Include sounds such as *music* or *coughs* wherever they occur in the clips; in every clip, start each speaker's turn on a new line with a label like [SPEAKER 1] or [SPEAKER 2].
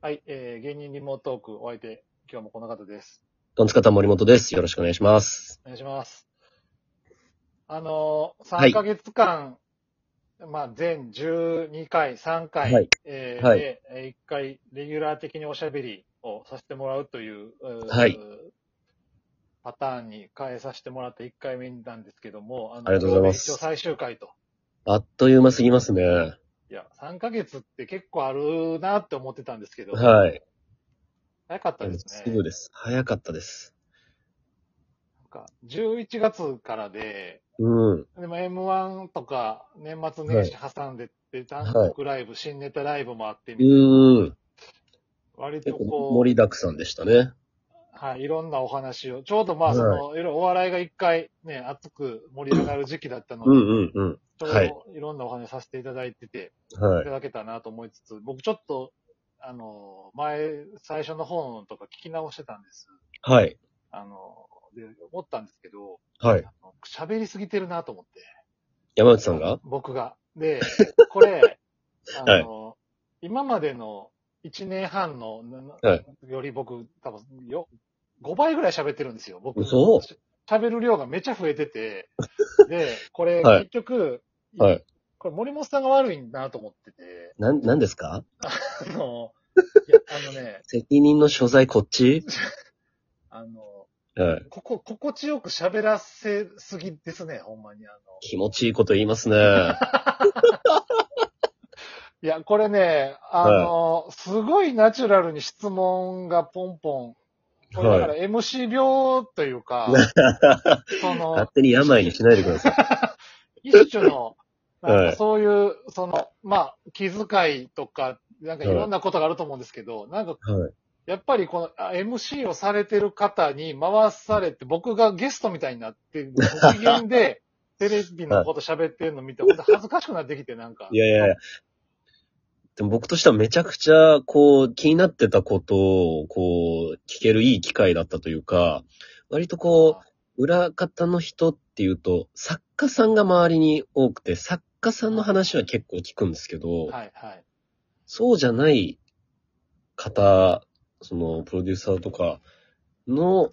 [SPEAKER 1] はい、えー、芸人リモートークお相手、今日もこの方です。
[SPEAKER 2] トンツカタン森本です。よろしくお願いします。
[SPEAKER 1] お願いします。あのー、
[SPEAKER 2] は
[SPEAKER 1] 3
[SPEAKER 2] い
[SPEAKER 1] ヶ月間、まあ、全12回、3回、
[SPEAKER 2] はい
[SPEAKER 1] え
[SPEAKER 2] は
[SPEAKER 1] ー
[SPEAKER 2] い
[SPEAKER 1] で、えー1回、レギュラー的におしゃべりをさせてもらうという、うー
[SPEAKER 2] はい
[SPEAKER 1] パターンに変えさせてもらった1回目なんですけども、あの
[SPEAKER 2] ありがとうございます
[SPEAKER 1] 今日で一応最終回と。
[SPEAKER 2] あっという間すぎますね。
[SPEAKER 1] いや、3ヶ月って結構あるなって思ってたんですけど、
[SPEAKER 2] はい。
[SPEAKER 1] 早かったですね。
[SPEAKER 2] すぐです。早かったです。
[SPEAKER 1] なんか11月からで、
[SPEAKER 2] うん。
[SPEAKER 1] でも M1 とか年末
[SPEAKER 2] は
[SPEAKER 1] 年
[SPEAKER 2] い
[SPEAKER 1] 始挟んでって、単
[SPEAKER 2] い
[SPEAKER 1] 独ライブ、新ネタライブもあってみ
[SPEAKER 2] う
[SPEAKER 1] たいな、
[SPEAKER 2] ん。
[SPEAKER 1] 割と
[SPEAKER 2] 結構
[SPEAKER 1] こ
[SPEAKER 2] 盛りだくさんでしたね。
[SPEAKER 1] う、はい、いろんなお話を、ちょうどまあ
[SPEAKER 2] はい
[SPEAKER 1] その、いろいろお笑いが一回ね、熱く盛り上がる時期だったの
[SPEAKER 2] うん
[SPEAKER 1] で、
[SPEAKER 2] うんうん。
[SPEAKER 1] ちょ
[SPEAKER 2] は
[SPEAKER 1] う
[SPEAKER 2] い
[SPEAKER 1] どいろんなお話させていただいてて、い
[SPEAKER 2] は
[SPEAKER 1] た
[SPEAKER 2] い。
[SPEAKER 1] だけたなと思いつつ、僕ちょっと、あの、前、最初の方とか聞き直してたんです。
[SPEAKER 2] はい。
[SPEAKER 1] あの、で、思ったんですけど、
[SPEAKER 2] はい。
[SPEAKER 1] あの喋りすぎてるなと思って。
[SPEAKER 2] 山内さんが
[SPEAKER 1] 僕が。で、こ
[SPEAKER 2] *laughs*
[SPEAKER 1] れ、あの、
[SPEAKER 2] はい
[SPEAKER 1] 今までの1年半の、なな
[SPEAKER 2] はい
[SPEAKER 1] より僕、多分よ、5倍ぐらい喋ってるんですよ、僕。
[SPEAKER 2] 嘘
[SPEAKER 1] し喋る量がめちゃ増えて
[SPEAKER 2] *laughs*
[SPEAKER 1] て、で、これ、
[SPEAKER 2] はい
[SPEAKER 1] 結局、
[SPEAKER 2] はい。
[SPEAKER 1] これ森本さんが悪いなと思ってて、
[SPEAKER 2] なん、なんですか
[SPEAKER 1] あの、いや、あのね、
[SPEAKER 2] 責任の所在こっ *laughs* ち
[SPEAKER 1] あの、
[SPEAKER 2] はい。
[SPEAKER 1] ここ、心地よく喋らせすぎですね、ほんまに。あの、
[SPEAKER 2] 気持ちいいこと言い *laughs* ますね。はい
[SPEAKER 1] や、これね、あの、すごいナチュラルに質問がポンポン。これだから MC 病という
[SPEAKER 2] *laughs*
[SPEAKER 1] か、
[SPEAKER 2] い。
[SPEAKER 1] その
[SPEAKER 2] 勝、手に病にしないでください。
[SPEAKER 1] 一種の、
[SPEAKER 2] *laughs* はい
[SPEAKER 1] なんかそういう、その、まあ、気遣いとか、なんかいろんなことがあると思うんですけど、なんか、
[SPEAKER 2] はい。
[SPEAKER 1] やっぱりこのあ MC をされてる方に回されて、僕がゲストみたいになって、ご機嫌
[SPEAKER 2] *laughs*
[SPEAKER 1] で、テレビのこと喋ってるの見て、ほんと恥ずかしくなってきて、なんか。
[SPEAKER 2] いやいやいや。でも僕としてはめちゃくちゃ、こう、気になってたことを、こう、聞けるいい機会だったというか、割とこう、裏方の人っていうと、作家さんが周りに多くて、作家さんの話は結構聞くんですけど、
[SPEAKER 1] はいはい。
[SPEAKER 2] そうじゃない方、その、プロデューサーとかの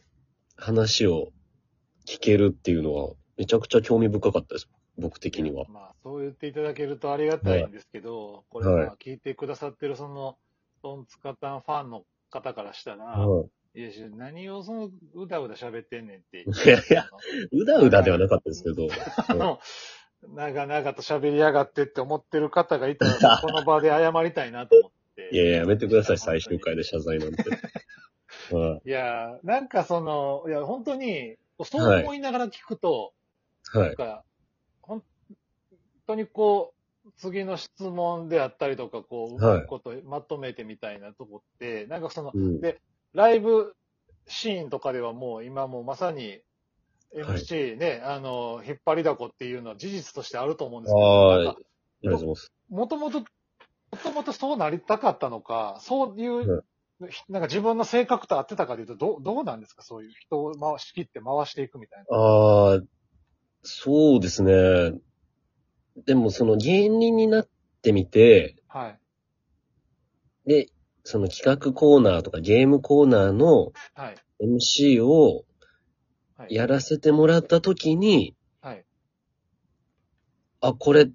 [SPEAKER 2] 話を聞けるっていうのは、めちゃくちゃ興味深かったです。僕的には。
[SPEAKER 1] まあ、そう言っていただけるとありがたいんですけど、これ、
[SPEAKER 2] はい
[SPEAKER 1] まあ聞いてくださってるその、トンツカタンファンの方からしたら、
[SPEAKER 2] はい
[SPEAKER 1] い、や、何をその、うだうだ喋ってんねんって。
[SPEAKER 2] いやいやうだうだではなかったですけど。
[SPEAKER 1] あ *laughs* の、長々と喋りやがってって思ってる方がいた *laughs* ら、この場で謝りたいなと思って。
[SPEAKER 2] いやいや、やめてください、最終回で謝罪なんて。はい
[SPEAKER 1] や、なんかその、いや、本当に、そう思いながら聞くと、
[SPEAKER 2] い。はい
[SPEAKER 1] なん。か、本当にこう、次の質問であったりとか、こう、う
[SPEAKER 2] はい
[SPEAKER 1] まいことまとめてみたいなとこって、なんかその、
[SPEAKER 2] うん。
[SPEAKER 1] ライブシーンとかではもう今もうまさに、
[SPEAKER 2] はい
[SPEAKER 1] MC ね、あの、引っ張りだこっていうのは事実としてあると思うんですけど、
[SPEAKER 2] は。
[SPEAKER 1] ないん
[SPEAKER 2] あ
[SPEAKER 1] か
[SPEAKER 2] りがとうございます。
[SPEAKER 1] もともと、もともとそうなりたかったのか、そういう、なんか自分の性格と合ってたかというと、どう、どうなんですかそういう人を回し切って回していくみたいな。
[SPEAKER 2] ああ、そうですね。でも、その芸人になってみて、
[SPEAKER 1] はい。
[SPEAKER 2] で、その企画コーナーとかゲームコーナーの
[SPEAKER 1] はい。
[SPEAKER 2] MC を
[SPEAKER 1] はい。
[SPEAKER 2] やらせてもらったときに、
[SPEAKER 1] はい。
[SPEAKER 2] あ、これ、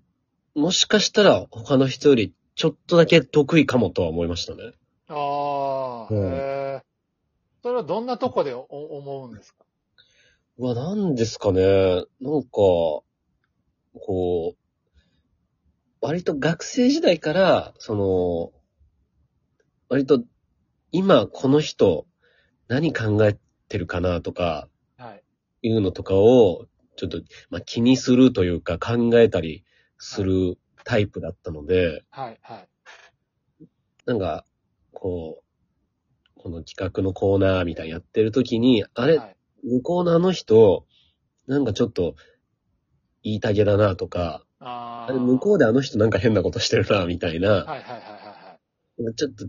[SPEAKER 2] もしかしたら他の人よりちょっとだけ得意かもとは思いましたね。
[SPEAKER 1] ああ、
[SPEAKER 2] うん
[SPEAKER 1] へえ。それはどんなとこでお思うんですか
[SPEAKER 2] うわ、なんですかね。なんか、こう、割と学生時代から、その、割と今この人何考えてるかなとか
[SPEAKER 1] はい。
[SPEAKER 2] いうのとかを、ちょっと、まあ、気にするというか考えたりするタイプだったので、
[SPEAKER 1] はい。はい。
[SPEAKER 2] なんか、こう、この企画のコーナーみたいなやってる時に、あれ
[SPEAKER 1] は、い。
[SPEAKER 2] 向こうのあの人、なんかちょっと、言いたげだなとか、
[SPEAKER 1] あ
[SPEAKER 2] あ
[SPEAKER 1] あ。
[SPEAKER 2] れ向こうであの人なんか変なことしてるな、みたいな、
[SPEAKER 1] はいはいはいはいはい。
[SPEAKER 2] ちょっと、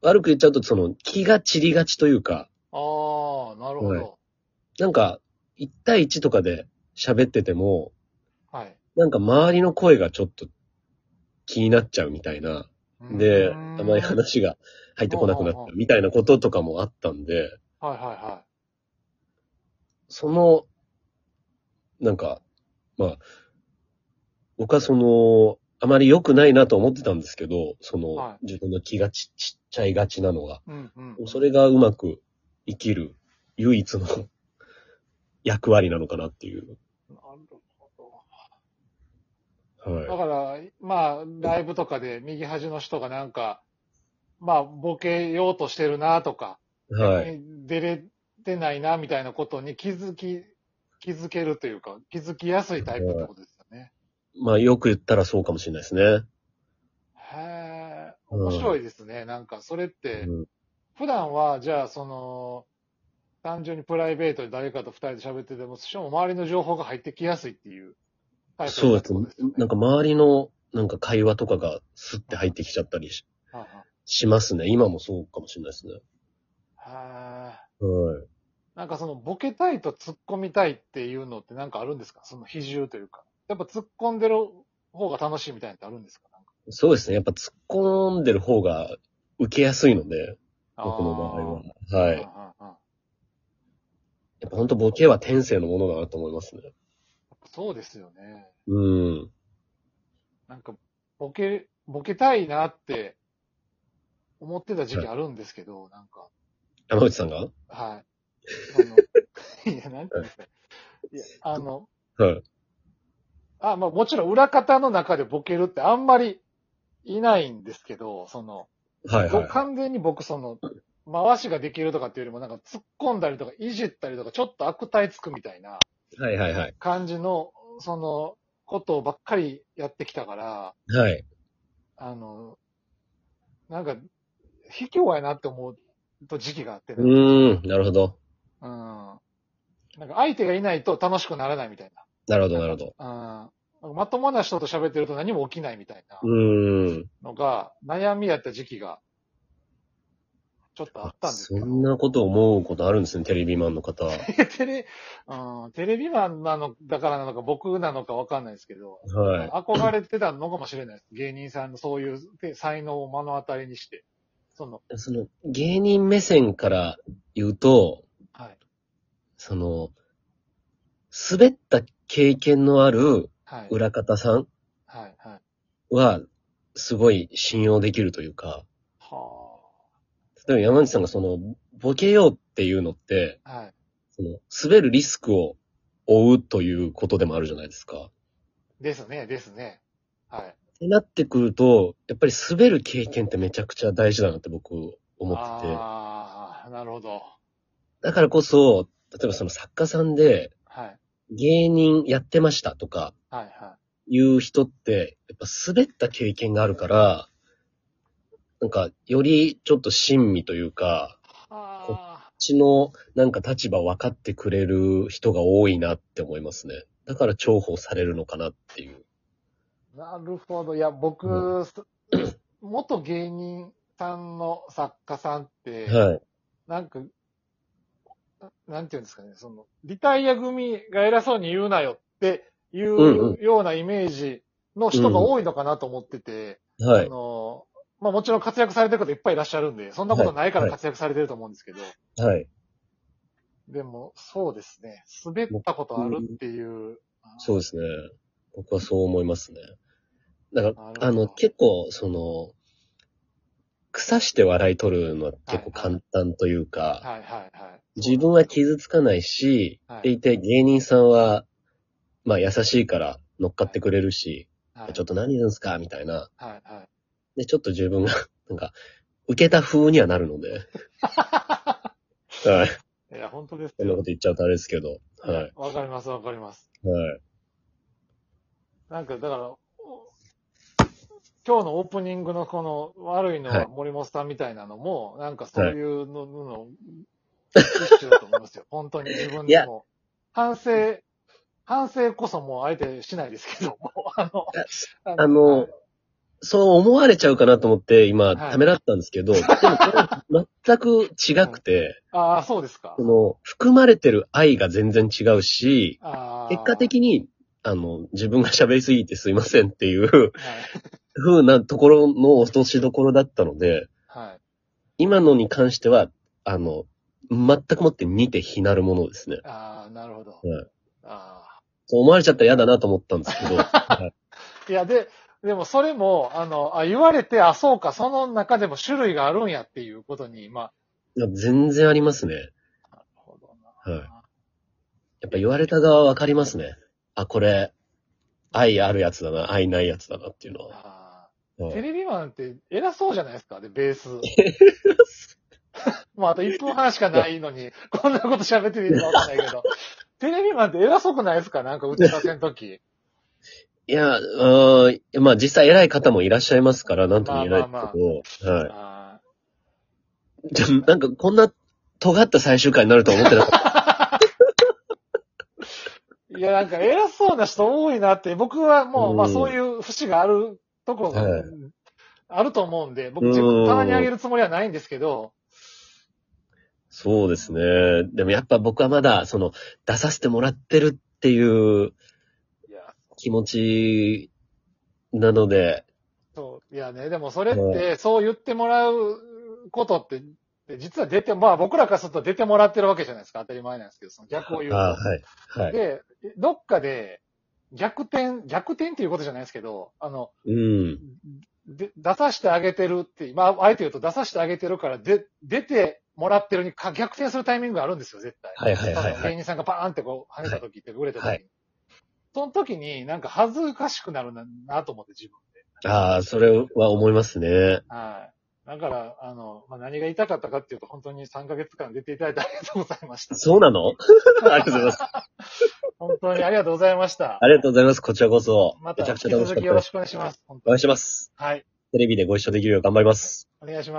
[SPEAKER 2] 悪く言っちゃうと、その、気が散りがちというか、
[SPEAKER 1] ああ、なるほど。
[SPEAKER 2] なんか、1対1とかで喋ってても、
[SPEAKER 1] はい。
[SPEAKER 2] なんか周りの声がちょっと気になっちゃうみたいな、で、
[SPEAKER 1] うん
[SPEAKER 2] あまり話が入ってこなくなっ
[SPEAKER 1] うんうん
[SPEAKER 2] た
[SPEAKER 1] う
[SPEAKER 2] みたいなこととかもあったんで、
[SPEAKER 1] はいはいは
[SPEAKER 2] その、なんか、まあ、僕はその、あまり良くないなと思ってたんですけど、その、
[SPEAKER 1] は
[SPEAKER 2] 自分の気がちちっちゃいがちなのが、
[SPEAKER 1] い。うんうん。
[SPEAKER 2] それがうまく生きる唯一の *laughs* 役割なのかなっていう。
[SPEAKER 1] なるほど。だ
[SPEAKER 2] は
[SPEAKER 1] から、まあ、ライブとかで右端の人がなんか、まあ、ボケようとしてるなとか、
[SPEAKER 2] い。はい。
[SPEAKER 1] え出れてないなみたいなことに気づき、気づけるというか、気づきやすいタイプってことですよね。
[SPEAKER 2] まあ、よく言ったらそうかもしれないですね。
[SPEAKER 1] へえ、
[SPEAKER 2] うん
[SPEAKER 1] 面白いですね。なんか、それって、
[SPEAKER 2] うん
[SPEAKER 1] 普段は、じゃあ、その、単純にプライベートで誰かと二人で喋ってても、しかも周りの情報が入ってきやすいっていうタイプ
[SPEAKER 2] そう
[SPEAKER 1] になるって
[SPEAKER 2] です
[SPEAKER 1] こと
[SPEAKER 2] ね
[SPEAKER 1] ですよね。。
[SPEAKER 2] なんか周りの、なんか会話とかがスッて入ってきちゃったりし
[SPEAKER 1] はいはい
[SPEAKER 2] しますね。今もそうかもしれないですね。
[SPEAKER 1] へえ
[SPEAKER 2] はい。
[SPEAKER 1] なんかそのボケたいと突っ込みたいっていうのってなんかあるんですかその比重というか。やっぱ突っ込んでる方が楽しいみたいなのってあるんですかなんか
[SPEAKER 2] そうですね。やっぱ突っ込んでる方が受けやすいので、僕の場合は。
[SPEAKER 1] あ
[SPEAKER 2] は
[SPEAKER 1] ー
[SPEAKER 2] い。
[SPEAKER 1] うんうんうん
[SPEAKER 2] やっぱ本当ボケは天性のものだなと思いますね。
[SPEAKER 1] そうですよね。
[SPEAKER 2] うん。
[SPEAKER 1] なんか、ボケ、ボケたいなって思ってた時期あるんですけど、なんか、
[SPEAKER 2] 山内さんがは
[SPEAKER 1] はい。
[SPEAKER 2] *laughs*
[SPEAKER 1] あの、いや、なんていうんですか。いや、あの、
[SPEAKER 2] い。
[SPEAKER 1] あ、まあもちろん裏方の中でボケるってあんまりいないんですけど、その、
[SPEAKER 2] はい
[SPEAKER 1] ぼ
[SPEAKER 2] は。
[SPEAKER 1] 完全に僕その、回しができるとかっていうよりもなんか突っ込んだりとかいじったりとかちょっと悪態つくみたいない
[SPEAKER 2] はいはいはい。
[SPEAKER 1] 感じの、その、ことばっかりやってきたから、
[SPEAKER 2] はい。
[SPEAKER 1] あの、なんか、卑怯やなって思うと時期があって
[SPEAKER 2] う
[SPEAKER 1] ね、
[SPEAKER 2] ーん。なるほど。
[SPEAKER 1] うん。なんか相手がいないと楽しくならないみたい
[SPEAKER 2] なるほどなるほど。
[SPEAKER 1] な。うん。まともな人と喋ってると何も起きないみたいな
[SPEAKER 2] うーん。
[SPEAKER 1] のが悩みやった時期がちょっとあったんです
[SPEAKER 2] そ
[SPEAKER 1] けど。
[SPEAKER 2] んなこと思うことあるんですね、テレビマンの方。はい。
[SPEAKER 1] *laughs* テレ、うん、テレビマンなの、だからなのか僕なのかわかんないですけど、憧れてたのかもしれないです。芸人さんのそういうて才能を目の当たりにして。その、
[SPEAKER 2] その、芸人目線から言うと、
[SPEAKER 1] はい、
[SPEAKER 2] その、滑った経験のある
[SPEAKER 1] はい、
[SPEAKER 2] 裏方さん
[SPEAKER 1] はい、はい。
[SPEAKER 2] は、すごい信用できるというか、
[SPEAKER 1] は
[SPEAKER 2] 例えば山内さんがその、ボケようっていうのって、
[SPEAKER 1] あ、はい。
[SPEAKER 2] その、滑るリスクを負うということでもあるじゃないですか。
[SPEAKER 1] ですね、ですね。はい。
[SPEAKER 2] ってなってくると、やっぱり滑る経験ってめちゃくちゃ大事だなって僕思ってて。
[SPEAKER 1] ああ、なるほど。
[SPEAKER 2] だからこそ、例えばその作家さんで
[SPEAKER 1] はい、
[SPEAKER 2] 芸人やってましたとか
[SPEAKER 1] はい、は
[SPEAKER 2] いう人って、やっぱ滑った経験があるから、なんかよりちょっと親身というか、
[SPEAKER 1] い。はあ
[SPEAKER 2] こっ、ちのなんか立場分かってくれる人が多いなって思いますね。だから重宝されるのかなっていう。
[SPEAKER 1] なるほど。いや、僕、
[SPEAKER 2] う
[SPEAKER 1] す *coughs* 元芸人さんの作家さんって、
[SPEAKER 2] はい。
[SPEAKER 1] なんか、ななんていうんですかね、その、リタイア組が偉そうに言うなよってい
[SPEAKER 2] ん
[SPEAKER 1] うようなイメージの人が多いのかなと思ってて、
[SPEAKER 2] は
[SPEAKER 1] あ
[SPEAKER 2] い。
[SPEAKER 1] の、まあもちろん活躍されてる方いっぱいいらっしゃるんで、そんなことないから
[SPEAKER 2] はい
[SPEAKER 1] 活躍されてると思うんですけど、
[SPEAKER 2] はい。
[SPEAKER 1] でも、そうですね、滑ったことあるっていう、
[SPEAKER 2] そうですね。僕はそう思いますね。
[SPEAKER 1] な
[SPEAKER 2] だか
[SPEAKER 1] るほど
[SPEAKER 2] ら、あの、結構、その、腐して笑い取るのは結構簡単というか、
[SPEAKER 1] はいはいはい。
[SPEAKER 2] 自分は傷つかないし、
[SPEAKER 1] はい
[SPEAKER 2] でいて芸人さんは、まあ優しいから乗っかってくれるし、
[SPEAKER 1] はい、
[SPEAKER 2] ちょっと何言うんすかみたいな。
[SPEAKER 1] はいはい。
[SPEAKER 2] で、ちょっと自分が、 *laughs* なんか、受けた風にはなるので。
[SPEAKER 1] *laughs*
[SPEAKER 2] はい。
[SPEAKER 1] いや、本当です
[SPEAKER 2] こんなこ
[SPEAKER 1] よ
[SPEAKER 2] と。言っちゃうとあれですけど。はい。
[SPEAKER 1] わかりますわかります。
[SPEAKER 2] はい。
[SPEAKER 1] なんか、だから、お今日のオープニングのこの悪いの
[SPEAKER 2] はい
[SPEAKER 1] は森本さんみたいなのも、なんかそういうのの、一種だと思い
[SPEAKER 2] *laughs*
[SPEAKER 1] ますよ。本当に自分でも。反省、反省こそもうあえてしないですけども、あの、
[SPEAKER 2] あの、そう思われちゃうかなと思って、今、
[SPEAKER 1] はい
[SPEAKER 2] ためらったんですけど、でもこれ全く違くて、
[SPEAKER 1] ああ、そうですか
[SPEAKER 2] そ。の、含まれてる愛が全然違うし、
[SPEAKER 1] ああ
[SPEAKER 2] 結果的に、あの、自分が喋りすぎてすいませんっていう、 *laughs*
[SPEAKER 1] はい
[SPEAKER 2] 風なところの落としどころだったので、
[SPEAKER 1] はい。
[SPEAKER 2] 今のに関しては、あの、全くもって似て非なるものですね。
[SPEAKER 1] ああ、なるほど。
[SPEAKER 2] はい
[SPEAKER 1] あ
[SPEAKER 2] そう思われちゃったら嫌だなと思ったんで
[SPEAKER 1] *laughs*
[SPEAKER 2] すけど、はい
[SPEAKER 1] あ。いや、で、でもそれも、あの、あ言われて、あ、そうか、その中でも種類があるんやっていうことに、ま
[SPEAKER 2] いや全然ありますね。
[SPEAKER 1] あ、なるほど
[SPEAKER 2] は
[SPEAKER 1] な。
[SPEAKER 2] い。やっぱ言われた側はわかりますね。あ、これ、愛あるやつだな、愛ないやつだなっていうのは。
[SPEAKER 1] あー
[SPEAKER 2] はい
[SPEAKER 1] テレビマンって偉そうじゃないですか、で、ベー
[SPEAKER 2] *laughs*
[SPEAKER 1] ス。もうあと1分半しかないのに、こんなこと喋ってみるかわかんないけど。テレビマンって偉そうくないですかなんか打ち合わせの時。
[SPEAKER 2] いや、うーん、まあ実際偉い方もいらっしゃいますから、なんとも言えない
[SPEAKER 1] まあまあ
[SPEAKER 2] ですけど、はい。
[SPEAKER 1] あ
[SPEAKER 2] じゃあ *laughs* なんかこんな尖った最終回になるとは思って
[SPEAKER 1] *laughs*
[SPEAKER 2] なかっ
[SPEAKER 1] ーいや、なんか偉そうな人多いなって、僕はもう、まあ
[SPEAKER 2] うん
[SPEAKER 1] そういう節があるところが
[SPEAKER 2] はい
[SPEAKER 1] あると思うんで、僕
[SPEAKER 2] うん
[SPEAKER 1] 自分棚にあげるつもりはないんですけど、
[SPEAKER 2] た。そうですね。でもやっぱ僕はまだ、その、出させてもらってるっていう
[SPEAKER 1] いや、
[SPEAKER 2] 気持ちなので、
[SPEAKER 1] そう、いやね、でもそれっ
[SPEAKER 2] う
[SPEAKER 1] て、そう言ってもらうことって、で実は出て、まあ僕らからすると出てもらってるわけじゃないですか。当たり前なんですけど、その逆を言う
[SPEAKER 2] あ
[SPEAKER 1] と。
[SPEAKER 2] はい。はい。
[SPEAKER 1] で、どっかで逆転、逆転っていうことじゃないですけど、あの、
[SPEAKER 2] うん。
[SPEAKER 1] で出させてあげてるって、まあ、あえて言うと出させてあげてるから、で、出てもらってるにか逆転するタイミングがあるんですよ、絶対。
[SPEAKER 2] はいはいはいはい
[SPEAKER 1] 芸人さんがバーンってこう、跳ねた時って、売れた時に。
[SPEAKER 2] はい
[SPEAKER 1] その時に、なんか恥ずかしくなるな、なと思って、自分で。
[SPEAKER 2] ああ、それは思いますね。
[SPEAKER 1] はい。だから、あの、まあ、何が言いたかったかっていうと、本当に3ヶ月間出ていただいてありがとうございました。
[SPEAKER 2] そうなの *laughs* ありがとうございます。
[SPEAKER 1] 本当にありがとうございました。
[SPEAKER 2] ありがとうございます。こちらこそ。
[SPEAKER 1] ま
[SPEAKER 2] め
[SPEAKER 1] た、
[SPEAKER 2] ちゃ
[SPEAKER 1] 引
[SPEAKER 2] くちゃ
[SPEAKER 1] き
[SPEAKER 2] 楽し
[SPEAKER 1] 続
[SPEAKER 2] かっ
[SPEAKER 1] き
[SPEAKER 2] た
[SPEAKER 1] よろ
[SPEAKER 2] で
[SPEAKER 1] し
[SPEAKER 2] す。
[SPEAKER 1] くお願いします。本
[SPEAKER 2] お
[SPEAKER 1] 当
[SPEAKER 2] 会
[SPEAKER 1] に
[SPEAKER 2] いします。
[SPEAKER 1] はい。
[SPEAKER 2] テレビでご一緒できるよう頑張ります。
[SPEAKER 1] お願いします。